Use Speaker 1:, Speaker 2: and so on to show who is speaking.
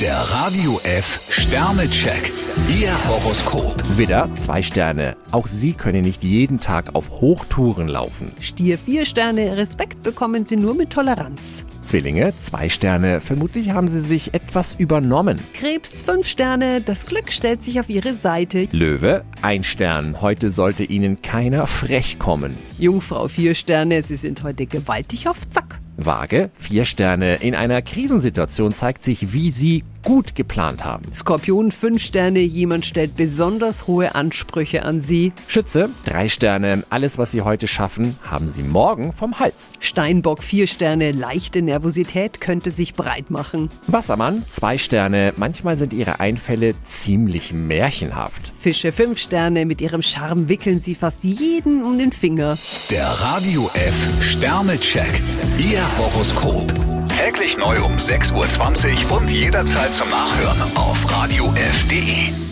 Speaker 1: Der Radio F Sternecheck. Ihr Horoskop.
Speaker 2: Widder, zwei Sterne. Auch Sie können nicht jeden Tag auf Hochtouren laufen.
Speaker 3: Stier vier Sterne, Respekt bekommen Sie nur mit Toleranz.
Speaker 2: Zwillinge, zwei Sterne. Vermutlich haben Sie sich etwas übernommen.
Speaker 3: Krebs fünf Sterne, das Glück stellt sich auf Ihre Seite.
Speaker 2: Löwe, ein Stern. Heute sollte Ihnen keiner frech kommen.
Speaker 3: Jungfrau vier Sterne, Sie sind heute gewaltig auf Zack.
Speaker 2: Waage, vier Sterne. In einer Krisensituation zeigt sich, wie Sie gut geplant haben.
Speaker 3: Skorpion fünf Sterne, jemand stellt besonders hohe Ansprüche an Sie.
Speaker 2: Schütze, drei Sterne. Alles, was Sie heute schaffen, haben Sie morgen vom Hals.
Speaker 3: Steinbock vier Sterne, leichte Nervosität könnte sich breit machen.
Speaker 2: Wassermann, zwei Sterne. Manchmal sind Ihre Einfälle ziemlich märchenhaft.
Speaker 3: Fische fünf Sterne, mit Ihrem Charme wickeln Sie fast jeden um den Finger.
Speaker 1: Der Radio F Sternecheck. Ihr Horoskop. Täglich neu um 6.20 Uhr und jederzeit zum Nachhören auf Radio radiof.de.